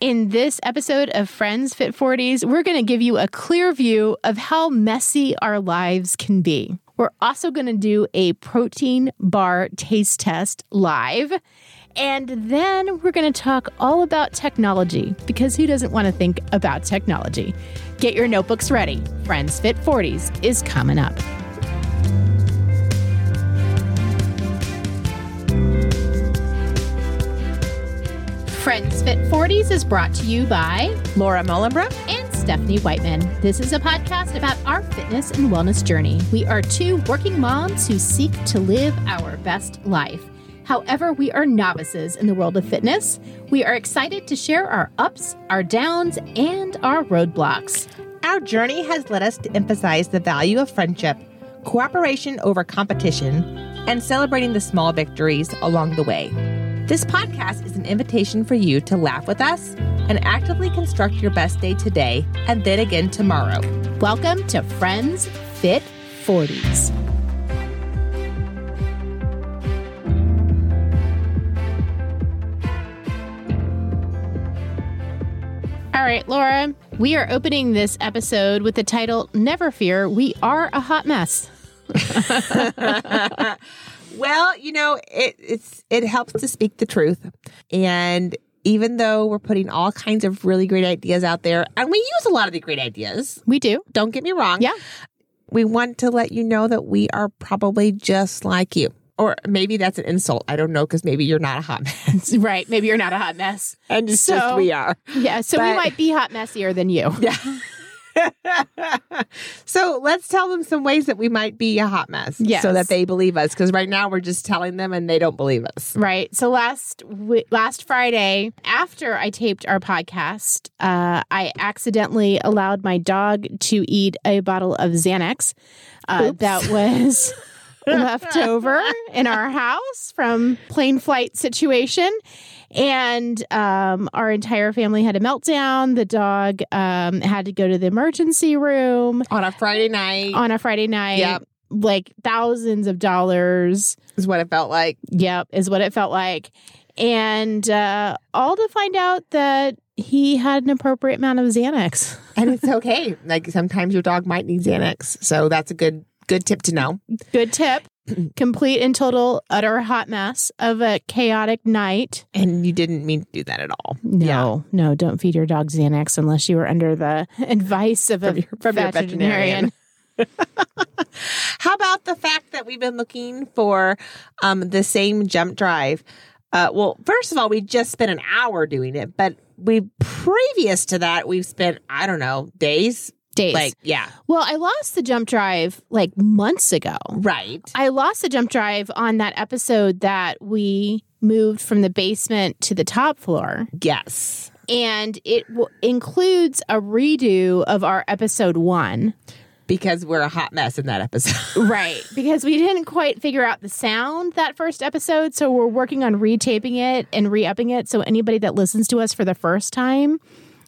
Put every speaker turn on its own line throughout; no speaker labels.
In this episode of Friends Fit 40s, we're going to give you a clear view of how messy our lives can be. We're also going to do a protein bar taste test live. And then we're going to talk all about technology because who doesn't want to think about technology? Get your notebooks ready. Friends Fit 40s is coming up. Friends Fit 40s is brought to you by
Laura Molenbrook.
and Stephanie Whiteman. This is a podcast about our fitness and wellness journey. We are two working moms who seek to live our best life. However, we are novices in the world of fitness. We are excited to share our ups, our downs, and our roadblocks.
Our journey has led us to emphasize the value of friendship, cooperation over competition, and celebrating the small victories along the way. This podcast is an invitation for you to laugh with us and actively construct your best day today and then again tomorrow.
Welcome to Friends Fit 40s. All right, Laura, we are opening this episode with the title Never Fear, We Are a Hot Mess.
Well, you know, it it's it helps to speak the truth. And even though we're putting all kinds of really great ideas out there, and we use a lot of the great ideas,
We do.
don't get me wrong.
Yeah.
we want to let you know that we are probably just like you. Or maybe that's an insult. I don't know, because maybe you're not a hot mess.
Right. Maybe you're not a hot mess.
and it's
So-
just we are.
Yeah. So we
But-
might be hot messier than you.
Yeah. so let's tell them some ways that we might be a hot mess
Yes.
so that they believe us. Because right now we're just telling them and they don't believe us.
Right. So last wi- last Friday, after I taped our podcast, uh, I accidentally allowed my dog to eat a bottle of Xanax uh,
Oops.
that was left over in our house from plane flight situation, and um, our entire family had a meltdown. The dog um, had to go to the emergency room
On a Friday night
on a Friday night.
Yep.
Like thousands of dollars.
is what it felt like.
Yep, is what it felt like. And uh, all to find out that he had an appropriate amount of Xanax.
And it's okay. like sometimes your dog might need Xanax. So that's a good good tip to know.
Good tip. Complete and total utter hot mess of a chaotic night.
And you didn't mean to do that at all.
No, no, don't feed your dog Xanax unless you were under the advice of a
From your- from your
veterinarian.
veterinarian. How about the fact that we've been looking for um, the same jump drive? Uh, well, first of all, we just spent an hour doing it, but we previous to that, we've spent I don't know days.
Days.
Like yeah,
well, I lost the jump drive like months ago.
right.
I lost the jump drive on that episode that we moved from the basement to the top floor.
Yes,
and it w- includes a redo of our episode one.
because we're a hot mess in that episode.
Right. Because we didn't quite figure out the sound that first episode. So we're working on retaping it and re upping it. So anybody that listens to us for the first time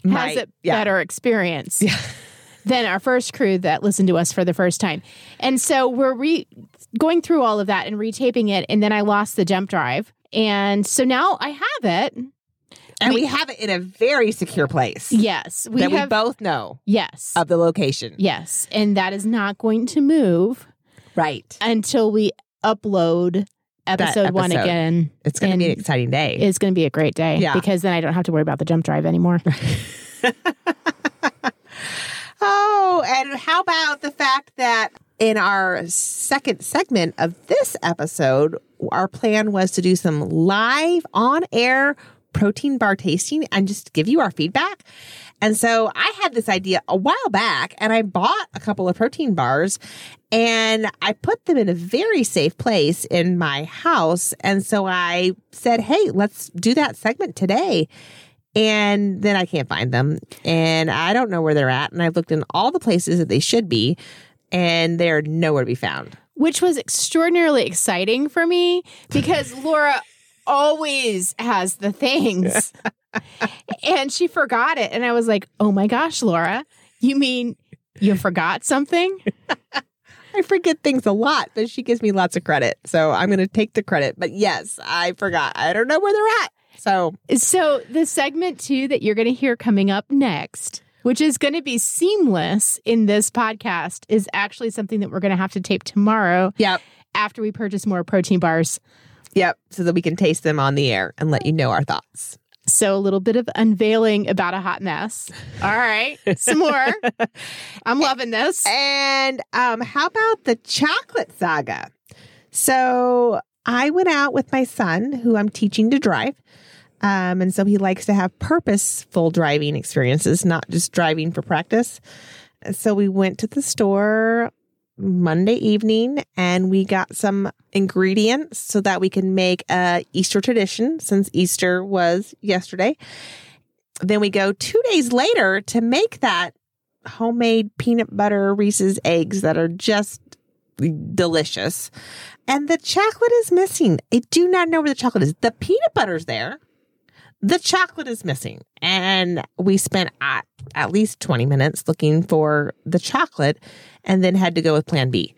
has
Right.
a
Yeah.
better experience
Yeah.
than our first crew that listened to us for the first time. And so we're re- going through all of that and retaping it. And then I lost the jump drive. And so now I have it.
and
We-
we, have it in a very secure place
Yes. We
that
have.
we both know
yes.
of the location.
Yes. And that is not going to move
Right,
until we upload episode, one
episode.
again.
it's going to be an
And
exciting day.
It's going to be a great day
Yeah.
because then I don't have to worry about the jump drive anymore.
Oh, and how about the fact that in our second segment of this episode, our plan was to do some live on air protein bar tasting and just give you our feedback. And so I had this idea a while back and I bought a couple of protein bars and I put them in a very safe place in my house. And so I said, hey, let's do that segment today and then I can't find them, and I don't know where they're at. And I've looked in all the places that they should be, and they're nowhere to be found.
which was extraordinarily exciting for me because Laura always has the things. and she forgot it. And I was like, oh my gosh, Laura, you mean you forgot something?
I forget things a lot, but she gives me lots of credit, so I'm going to take the credit. But yes, I forgot. I don't know where they're at. So
So, the segment two that you're going to hear coming up next, which is going to be seamless in this podcast, is actually something that we're going to have to tape tomorrow
yep,
after we purchase more protein bars.
yep. So that we can taste them on the air and let you know our thoughts.
So, a little bit of unveiling about a hot mess. All right, some more. I'm loving this.
And um, how about the chocolate saga? So I went out with my son, who I'm teaching to drive. Um, and so he likes to have purposeful driving experiences, not just driving for practice. So we went to the store Monday evening and we got some ingredients so that we can make a Easter tradition since Easter was yesterday. Then we go two days later to make that homemade peanut butter Reese's eggs that are just delicious. And the chocolate is missing. I do not know where the chocolate is. The peanut butter's there. The chocolate is missing. And we spent at, at least 20 minutes looking for the chocolate and then had to go with plan B.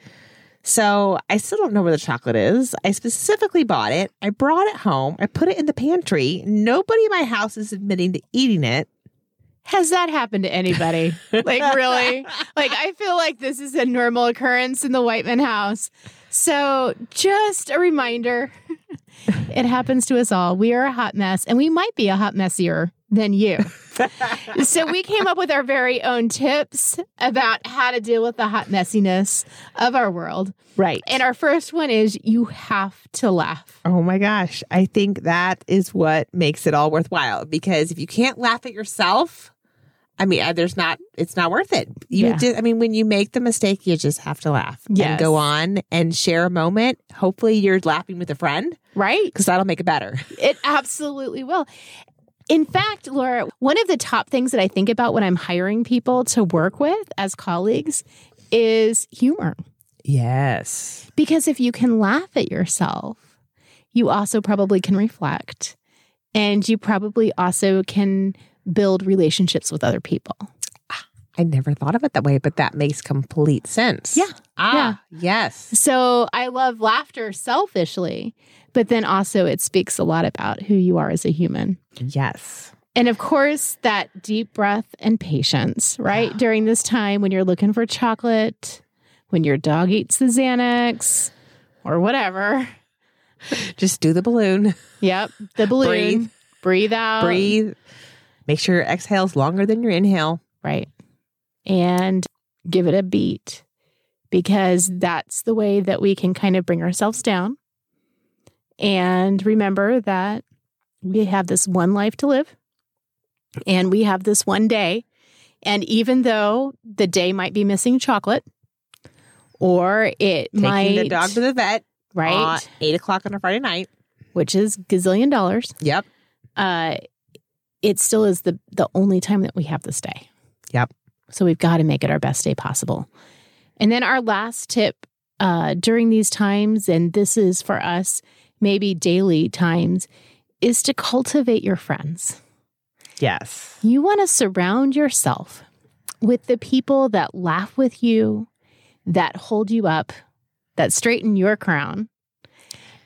So I still don't know where the chocolate is. I specifically bought it. I brought it home. I put it in the pantry. Nobody in my house is admitting to eating it.
Has that happened to anybody? Like, really? Like, I feel like this is a normal occurrence in the Whiteman house. So, just a reminder it happens to us all. We are a hot mess, and we might be a hot messier than you. so, we came up with our very own tips about how to deal with the hot messiness of our world.
Right.
And our first one is you have to laugh.
Oh my gosh. I think that is what makes it all worthwhile because if you can't laugh at yourself, I mean, uh, there's not, it's not worth it. You
Yeah.
just, I mean, when you make the mistake, you just have to laugh
Yes.
and go on and share a moment. Hopefully you're laughing with a friend
Right?
because that'll make it better.
It absolutely will. In fact, Laura, one of the top things that I think about when I'm hiring people to work with as colleagues is humor.
Yes.
Because if you can laugh at yourself, you also probably can reflect and you probably also can build relationships with other people.
I never thought of it that way, but that makes complete sense.
Yeah.
Ah, yes.
So I love laughter selfishly, but then also it speaks a lot about who you are as a human.
Yes.
And of course, that deep breath and patience, right? During this time when you're looking for chocolate, when your dog eats the Xanax or whatever.
Just do the balloon,
Yep. The balloon.
Breathe.
Breathe, out.
breathe, make sure your exhale's longer than your inhale.
Right. And give it a beat because that's the way that we can kind of bring ourselves down. And remember that we have this one life to live and we have this one day. And even though the day might be missing chocolate or it
Taking
might,
the dog to the vet.
right,
Uh, eight o'clock on a Friday night.
which is gazillion dollars,
Yep.
uh, it still is the the only time that we have this day.
Yep.
So we've got to make it our best day possible. And then our last tip uh, during these times, and this is for us maybe daily times, is to cultivate your friends.
Yes.
You want to surround yourself with the people that laugh with you, that hold you up, that straighten your crown,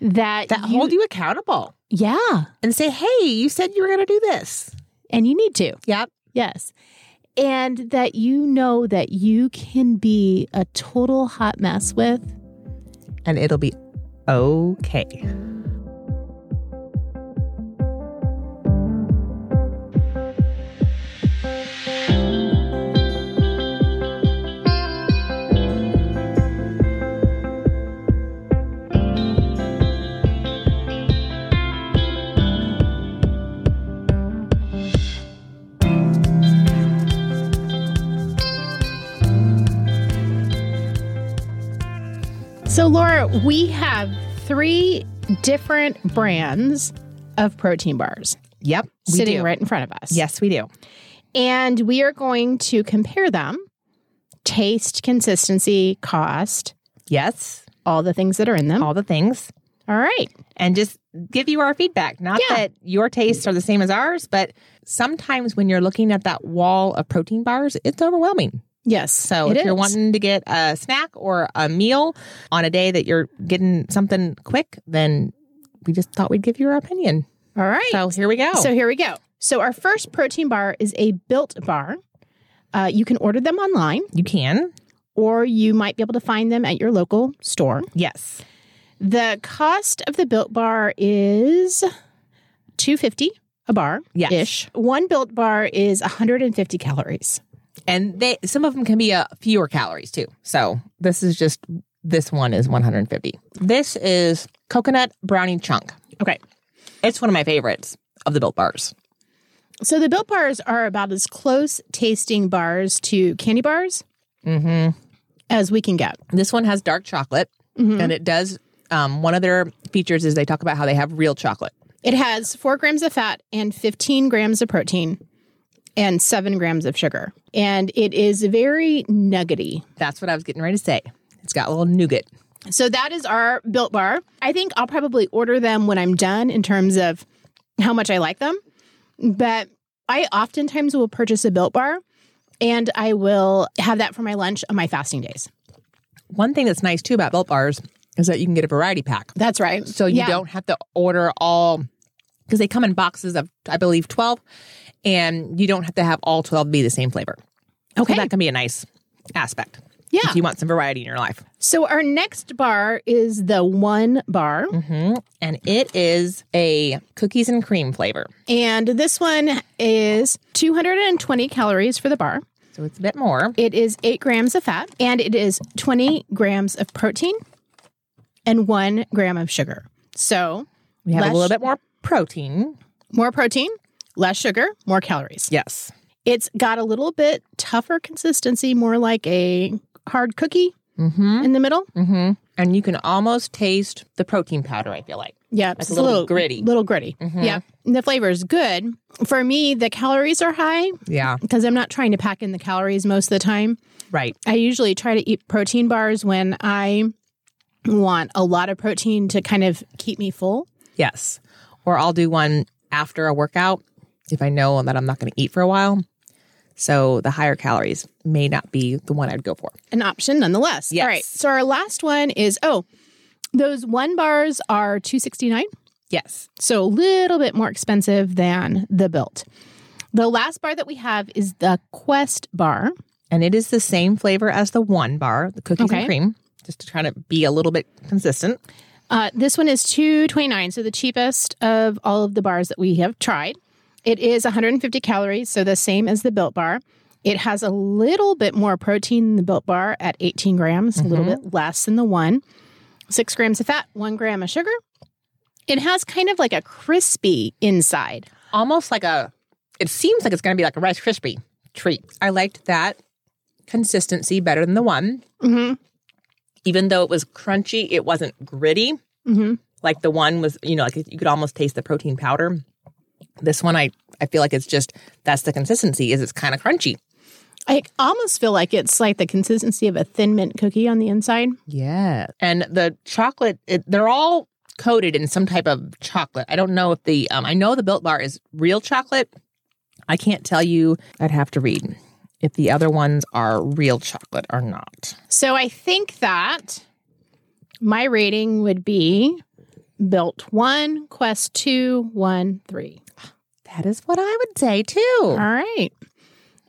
that
That hold you accountable
yeah,
and say, hey, you said you were going to do this.
and you need to.
Yep.
Yes. And that you know that you can be a total hot mess with.
And it'll be okay.
So, Laura, we have three different brands of protein bars
Yep. We
sitting
do.
right in front of us.
Yes, we do.
And we are going to compare them taste, consistency, cost,
Yes.
all the things that are in them.
All the things.
All right.
And just give you our feedback. Not
Yeah.
that your tastes are the same as ours, but sometimes when you're looking at that wall of protein bars, it's overwhelming.
Yes.
So
it
if you're
is.
wanting to get a snack or a meal on a day that you're getting something quick, then we just thought we'd give you our opinion.
All right.
So here we go.
So here we go. So our first protein bar is a built bar. Uh, you can order them online,
you can.
or you might be able to find them at your local store.
Yes.
The cost of the built bar is two fifty a bar
Yes.
ish. One built bar is one hundred and fifty calories.
And they some of them can be a fewer calories too. So this is just this one is 150. This is coconut brownie chunk.
Okay.
It's one of my favorites of the built bars.
So the built bars are about as close tasting bars to candy bars
Mhm.
as we can get.
This one has dark chocolate
Mhm.
and it does um, one of their features is they talk about how they have real chocolate.
It has four grams of fat and 15 grams of protein and seven grams of sugar. And it is very nuggety.
That's what I was getting ready to say. It's got a little nougat.
So that is our built bar. I think I'll probably order them when I'm done in terms of how much I like them. But I oftentimes will purchase a built bar and I will have that for my lunch on my fasting days.
One thing that's nice too about built bars is that you can get a variety pack.
That's right.
So you
Yeah.
don't have to order all because they come in boxes of I believe 12 and you don't have to have all 12 be the same flavor.
Okay.
So that can be a nice aspect.
Yeah.
If you want some variety in your life.
So our next bar is the one bar.
hmm And it is a cookies and cream flavor.
And this one is 220 calories for the bar.
So it's a bit more.
It is eight grams of fat and it is 20 grams of protein and one gram of sugar. So
We have
Less-
a little bit more protein.
more protein, less sugar, more calories.
Yes.
It's got a little bit tougher consistency, more like a hard cookie
Mm-hmm.
in the middle.
Mm-hmm. And you can almost taste the protein powder, I feel like.
Yeah,
Like
it's
a little gritty. Mm-hmm.
Little gritty. Yeah. And the flavor is good. For me, the calories are high
Yeah.
because I'm not trying to pack in the calories most of the time.
Right.
I usually try to eat protein bars when I want a lot of protein to kind of keep me full.
Yes. Or I'll do one after a workout if I know that I'm not going to eat for a while. So the higher calories may not be the one I'd go for.
An option nonetheless.
Yes.
All right. So our last one is oh, those one bars are 269,
Yes.
so a little bit more expensive than the built. The last bar that we have is the Quest bar.
And it is the same flavor as the one bar, the cookies
Okay.
and cream, just to try to be a little bit consistent.
Uh, this one is 229, so the cheapest of all of the bars that we have tried. It is 150 calories, so the same as the Built Bar. It has a little bit more protein than the Built Bar at 18 grams, a little bit less than the one. Six grams of fat, one gram of sugar. It has kind of like a crispy inside.
Almost like a, it seems like it's going to be like a Rice Krispie treat. I liked that consistency better than the one.
Mm-hmm.
Even though it was crunchy, it wasn't gritty.
Mm-hmm.
like the one was you know like you could almost taste the protein powder this one i i feel like it's just that's the consistency is it's kind of crunchy
I almost feel like it's like the consistency of a thin mint cookie on the inside.
yeah and the chocolate it, they're all coated in some type of chocolate i don't know if the um, i know the built bar is real chocolate i can't tell you i'd have to read if the other ones are real chocolate or not
So I think that my rating would be built one, quest two, one, three.
that is what i would say too
All right.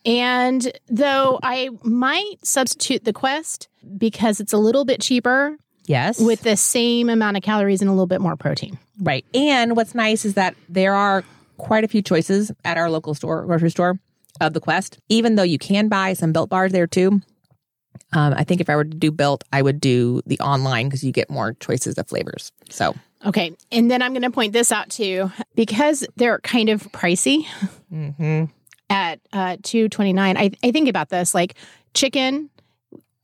And though I might substitute the quest because it's a little bit cheaper
yes
with the same amount of calories and a little bit more protein.
Right. And what's nice is that there are quite a few choices at our local store, grocery store of the Quest, even though you can buy some built bars there too. Um, I think if I were to do built, I would do the online because you get more choices of flavors. So,
Okay. And then I'm going to point this out too because they're kind of pricey
Mm-hmm.
at uh, 229. I, I think about this like chicken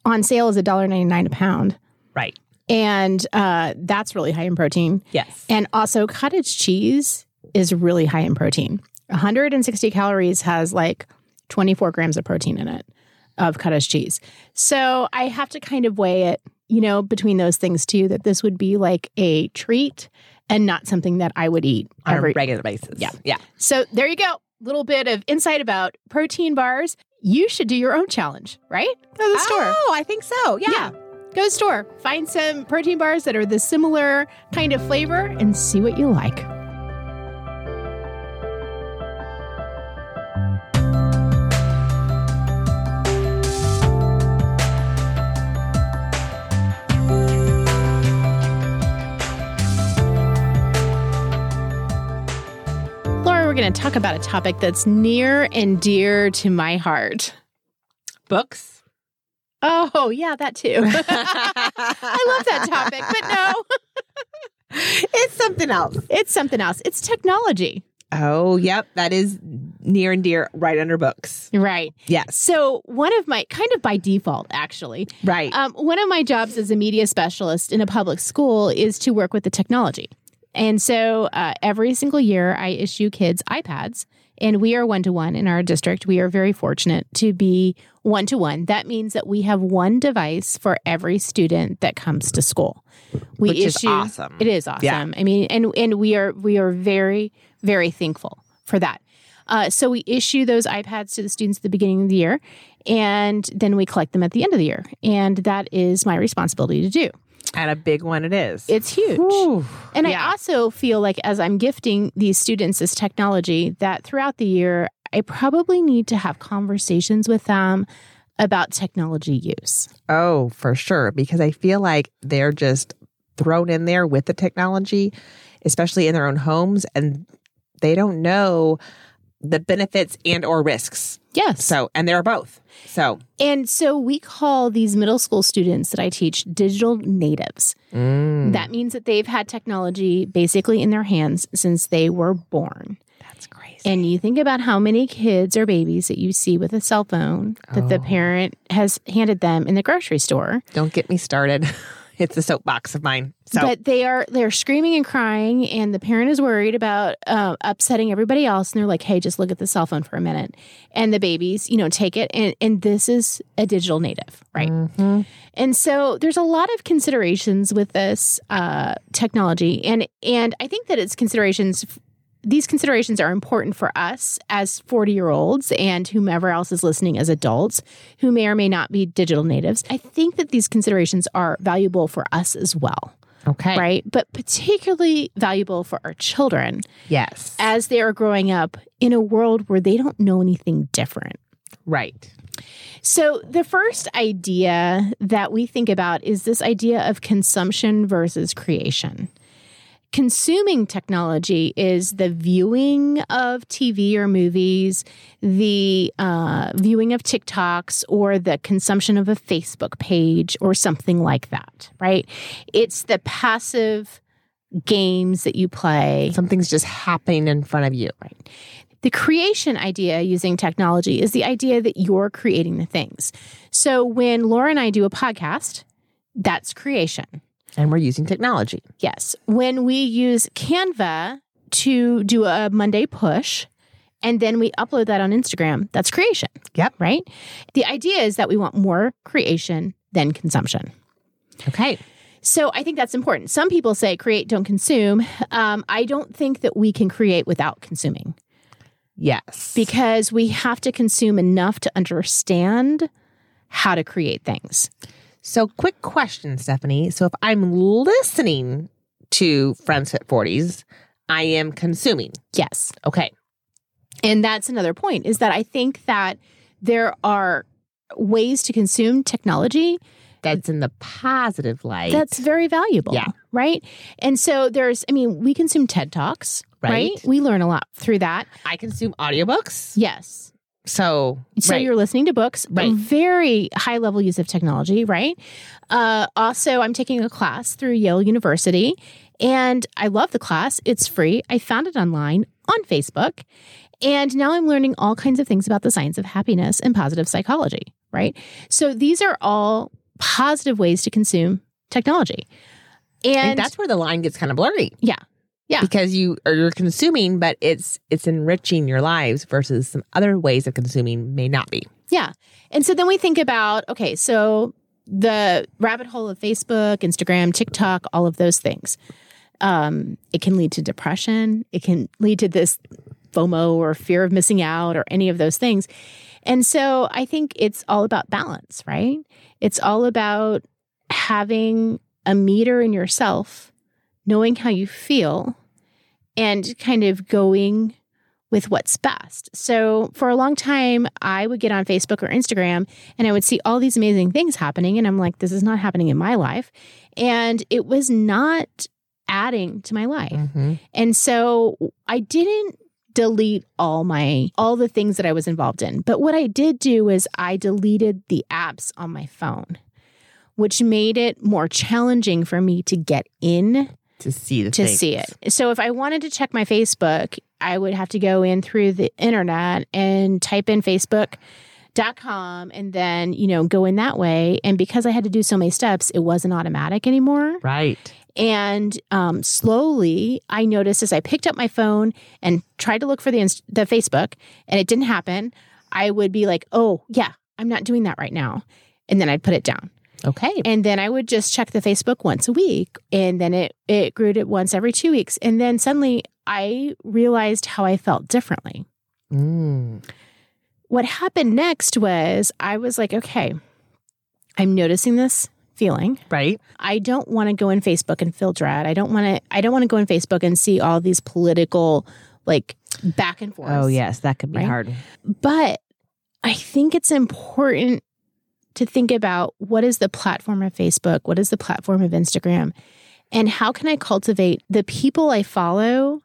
on sale is $1.99 a pound.
right.
and uh, that's really high in protein.
Yes.
And also, cottage cheese is really high in protein. 160 calories has like 24 grams of protein in it of cottage cheese. So I have to kind of weigh it, you know, between those things too. That this would be like a treat and not something that I would eat
On
every.
a regular basis.
Yeah.
Yeah.
So there you go. Little bit of insight about protein bars. You should do your own challenge, right? Go to the store.
Oh, I think so. Yeah.
Yeah. Go store, find some protein bars that are the similar kind of flavor and see what you like. going to talk about a topic that's near and dear to my heart.
Books.
Oh, yeah, that too. I love that topic, but no,
It's something else.
it's something else. It's technology.
Oh, yep. That is near and dear, right under books.
Right.
Yes.
So, one of my kind of by default, actually,
Right.
um, one of my jobs as a media specialist in a public school is to work with the technology. And so, uh, every single year, I issue kids iPads, and we are one to one in our district. We are very fortunate to be one to one. That means that we have one device for every student that comes to school. We
Which is awesome.
It is awesome.
Yeah.
I mean, and and we are we are very very thankful for that. Uh, so we issue those iPads to the students at the beginning of the year, and then we collect them at the end of the year, and that is my responsibility to do.
and a big one it is.
It's huge.
Whew.
And
Yeah.
I also feel like as I'm gifting these students this technology, that throughout the year, I probably need to have conversations with them about technology use.
Oh, for sure. Because I feel like they're just thrown in there with the technology, especially in their own homes, and they don't know the benefits and or risks.
Yes.
So, and there are both. So,
And so we call these middle school students that I teach digital natives.
Hmm.
That means that they've had technology basically in their hands since they were born.
that's crazy.
And you think about how many kids or babies that you see with a cell phone that the
Oh.
parent has handed them in the grocery store.
Don't get me started. it's a soapbox of mine. So,
But they are they're screaming and crying, and the parent is worried about uh, upsetting everybody else. And they're like, "Hey, just look at the cell phone for a minute." And the babies, you know, take it. And and this is a digital native, right?
Mhm.
And so there's a lot of considerations with this uh, technology, and and I think that it's considerations. These considerations are important for us as 40 year olds and whomever else is listening as adults who may or may not be digital natives. I think that these considerations are valuable for us as well,
okay.
right? But particularly valuable for our children
Yes.
as they are growing up in a world where they don't know anything different.
right.
So, the first idea that we think about is this idea of consumption versus creation. Consuming technology is the viewing of TV or movies, the uh, viewing of TikToks, or the consumption of a Facebook page or something like that, right? It's the passive games that you play.
Something's just happening in front of you. Right.
The creation idea using technology is the idea that you're creating the things. So when Laura and I do a podcast, that's creation.
And we're using technology.
Yes. When we use Canva to do a Monday push and then we upload that on Instagram, that's creation.
Yep.
Right? The idea is that we want more creation than consumption.
Okay.
So I think that's important. Some people say create, don't consume. Um, I don't think that we can create without consuming.
Yes.
because we have to consume enough to understand how to create things.
So, quick question, Stephanie. So, if I'm listening to Friends at 40s, I am consuming.
Yes.
Okay.
And that's another point is that I think that there are ways to consume technology
That's in the positive light.
that's very valuable.
Yeah.
Right. And so there's, I mean, we consume TED Talks, right?
Right.
We learn a lot through that.
I consume audiobooks.
Yes.
So,
So
right.
you're listening to books,
Right.
very high level use of technology, right? Uh, also, I'm taking a class through Yale University, and I love the class. It's free. I found it online on Facebook, and now I'm learning all kinds of things about the science of happiness and positive psychology, right? So these are all positive ways to consume technology,
and,
and
that's where the line gets kind of blurry.
Yeah. Yeah.
Because you are you're consuming, but it's it's enriching your lives versus some other ways of consuming may not be.
Yeah. And so then we think about okay, so the rabbit hole of Facebook, Instagram, TikTok, all of those things. Um, it can lead to depression. It can lead to this FOMO or fear of missing out or any of those things. And so I think it's all about balance, right? It's all about having a meter in yourself, knowing how you feel, and kind of going with what's best. So for a long time, I would get on Facebook or Instagram and I would see all these amazing things happening. And I'm like, this is not happening in my life. And it was not adding to my life.
Mhm.
And so I didn't delete all my all the things that I was involved in. But what I did do is I deleted the apps on my phone, which made it more challenging for me to get in
to see the
to
things.
see it. So if I wanted to check my Facebook, I would have to go in through the internet and type in facebook.com and then, you know, go in that way. And because I had to do so many steps, it wasn't automatic anymore.
Right.
And um, slowly, I noticed as I picked up my phone and tried to look for the inst- the Facebook, and it didn't happen. I would be like, "Oh yeah, I'm not doing that right now," and then I'd put it down.
Okay.
And then I would just check the Facebook once a week, and then it it grew to once every two weeks, and then suddenly I realized how I felt differently
Mm.
what happened next was I was like, okay, I'm noticing this feeling.
Right.
I don't want to go in Facebook and feel dread. I don't want to. I don't want to go in Facebook and see all these political, like back and forth.
Oh yes, that could be
Right?
hard.
But I think it's important to think about what is the platform of Facebook, what is the platform of Instagram, and how can I cultivate the people I follow,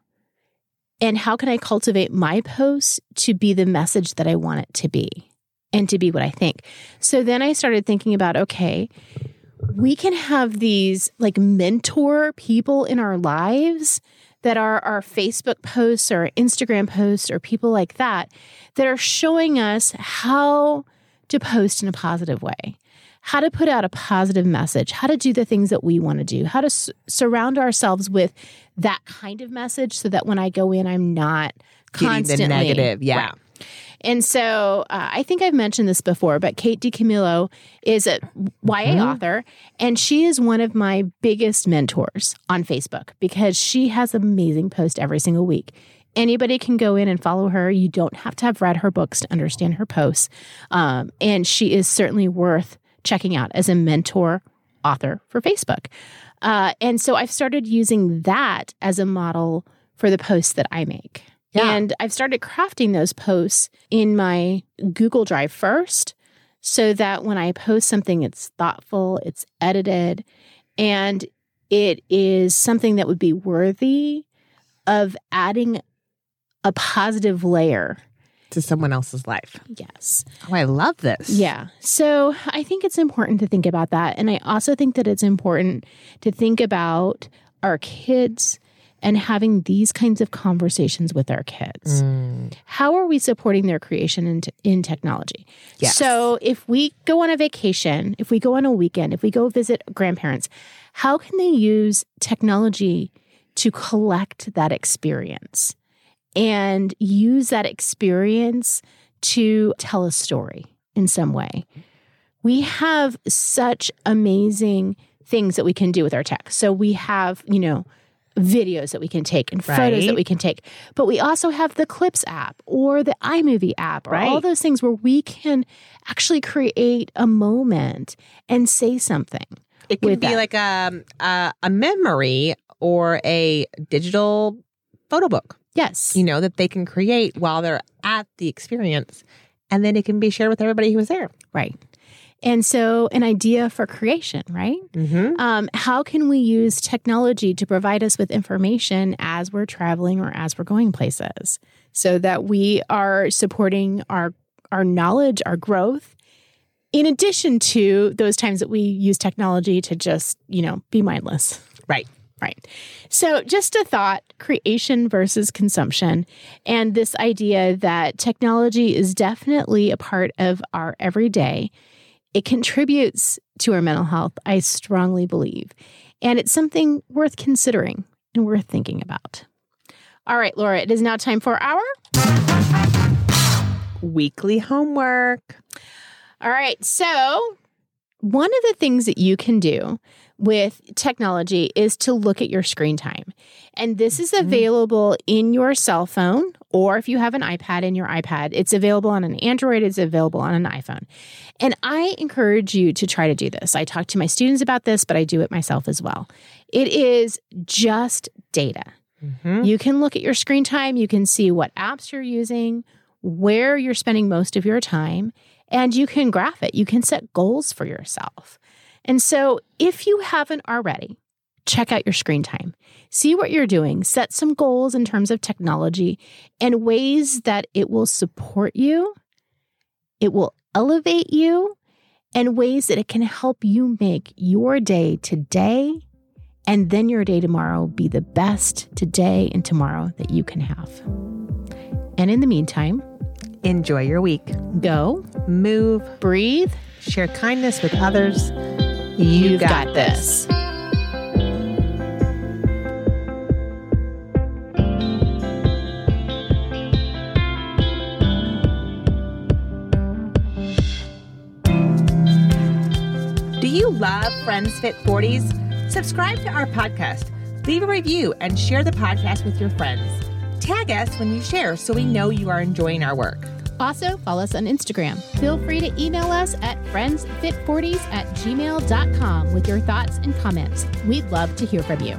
and how can I cultivate my posts to be the message that I want it to be and to be what I think. So then I started thinking about okay, we can have these like mentor people in our lives that are our Facebook posts or Instagram posts or people like that that are showing us how to post in a positive way, how to put out a positive message, how to do the things that we want to do, how to s- surround ourselves with that kind of message so that when I go in, I'm not
Getting
constantly
the negative. Yeah.
Right. And so uh, I think I've mentioned this before, but Kate DiCamillo is a YA
Mhm.
author, and she is one of my biggest mentors on Facebook because she has amazing posts every single week. Anybody can go in and follow her. You don't have to have read her books to understand her posts. Um, and she is certainly worth checking out as a mentor author for Facebook. Uh, and so I've started using that as a model for the posts that I make.
Yeah.
And I've started crafting those posts in my Google Drive first so that when I post something, it's thoughtful, it's edited, and it is something that would be worthy of adding a positive layer.
To someone else's life.
Yes.
Oh, I love this.
Yeah. So I think it's important to think about that. And I also think that it's important to think about our kids and having these kinds of conversations with our kids.
Mm.
How are we supporting their creation in, t- in technology?
Yes.
So if we go on a vacation, if we go on a weekend, if we go visit grandparents, how can they use technology to collect that experience and use that experience to tell a story in some way? We have such amazing things that we can do with our tech. So we have, you know, videos that we can take and photos that
Right.
we can take. But we also have the Clips app or the iMovie app or all
Right.
those things where we can actually create a moment and say something.
It could
with
be
that.
like um, a a memory or a digital photo book.
Yes.
You know that they can create while they're at the experience, and then it can be shared with everybody who was there.
Right. And so, an idea for creation, right?
Mm-hmm.
Um, how can we use technology to provide us with information as we're traveling or as we're going places so that we are supporting our our knowledge, our growth, in addition to those times that we use technology to just, you know, be mindless.
Right.
Right. So, just a thought creation versus consumption, and this idea that technology is definitely a part of our everyday. It contributes to our mental health, I strongly believe. And it's something worth considering and worth thinking about. All right, Laura, it is now time for our.
Weekly homework.
All right. So, one of the things that you can do with technology is to look at your screen time. And this is
Mhm.
available in your cell phone, or if you have an iPad in your iPad, it's available on an Android, it's available on an iPhone. And I encourage you to try to do this. I talk to my students about this, but I do it myself as well. It is just data.
Mm-hmm.
You can look at your screen time. You can see what apps you're using, where you're spending most of your time, and you can graph it. You can set goals for yourself. And so, if you haven't already, check out your screen time. See what you're doing, set some goals in terms of technology and ways that it will support you, it will elevate you, and ways that it can help you make your day today and then your day tomorrow be the best today and tomorrow that you can have. And in the meantime,
Enjoy your week.
go,
Move,
breathe,
share kindness with others. You
you've got, this.
Do you love Friends Fit 40s? Subscribe to our podcast, leave a review, and share the podcast with your friends. Tag us when you share so we know you are enjoying our work.
Also, follow us on Instagram. Feel free to email us at friendsfit40s at gmail.com with your thoughts and comments. We'd love to hear from you.